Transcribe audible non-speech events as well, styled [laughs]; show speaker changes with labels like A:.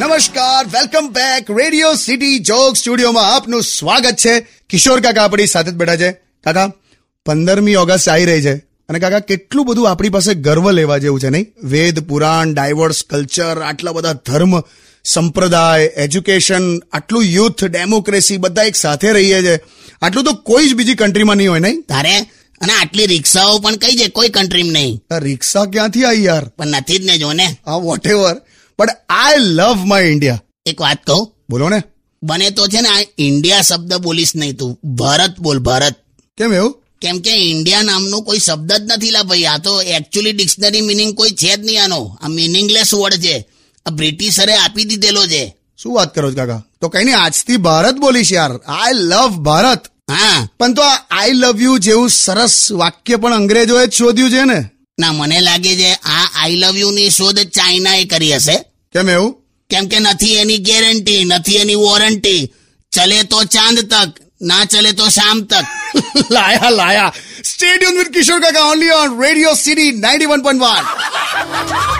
A: નમસ્કાર welcome back radio city joke સ્ટુડિયોમાં આપનું સ્વાગત છે કિશોર કાકા આપણી સાથે જ બેઠા છે કાકા પંદરમી ઓગસ્ટ આવી રહી છે અને કાકા કેટલું બધું આપણી પાસે ગર્વ લેવા જેવું છે નહીં વેદ પુરાણ ડાયવર્સ કલ્ચર આટલા બધા ધર્મ સંપ્રદાય એજ્યુકેશન આટલું યુથ ડેમોક્રેસી બધા એક સાથે રહીએ છે આટલું તો કોઈ જ બીજી કન્ટ્રીમાં નહીં હોય નહીં
B: તારે અને આટલી રિક્ષાઓ પણ કઈ છે કોઈ કન્ટ્રીમ નહીં
A: આ રિક્ષા ક્યાંથી આવી યાર
B: પણ નથી જ ને જો ને
A: આ whatever but I love my India
B: એક વાત કહું
A: બોલો ને
B: બને તો છે ને આ ઇન્ડિયા શબ્દ બોલીશ નહીં તું ભારત બોલ ભારત
A: કેમ એવું
B: કેમ કે ઇન્ડિયા નામનો કોઈ શબ્દ જ નથી લા ભાઈ આ તો એકચ્યુઅલી ડિક્શનરી મિનિંગ કોઈ છે જ નહીં આનો આ મિનિંગલેસ વર્ડ છે આ બ્રિટિશરે આપી દીધેલો છે
A: શું વાત કરો છો કાકા તો કઈ નહીં આજથી ભારત બોલીશ યાર આઈ લવ ભારત
B: હા
A: પણ તો આઈ લવ યુ જેવું સરસ વાક્ય પણ અંગ્રેજોએ જ શોધ્યું છે ને
B: ના મને લાગે છે આ આઈ લવ યુ ની શોધ ચાઇનાએ કરી હશે
A: કેમ એવું [laughs]
B: કેમ કે નથી એની ગેરંટી નથી એની વોરંટી ચલે તો ચાંદ તક ના ચલે તો શામ તક [laughs]
A: લાયા લાયા સ્ટેડિયમ વિથ કિશોર કાકા only on radio city ninety one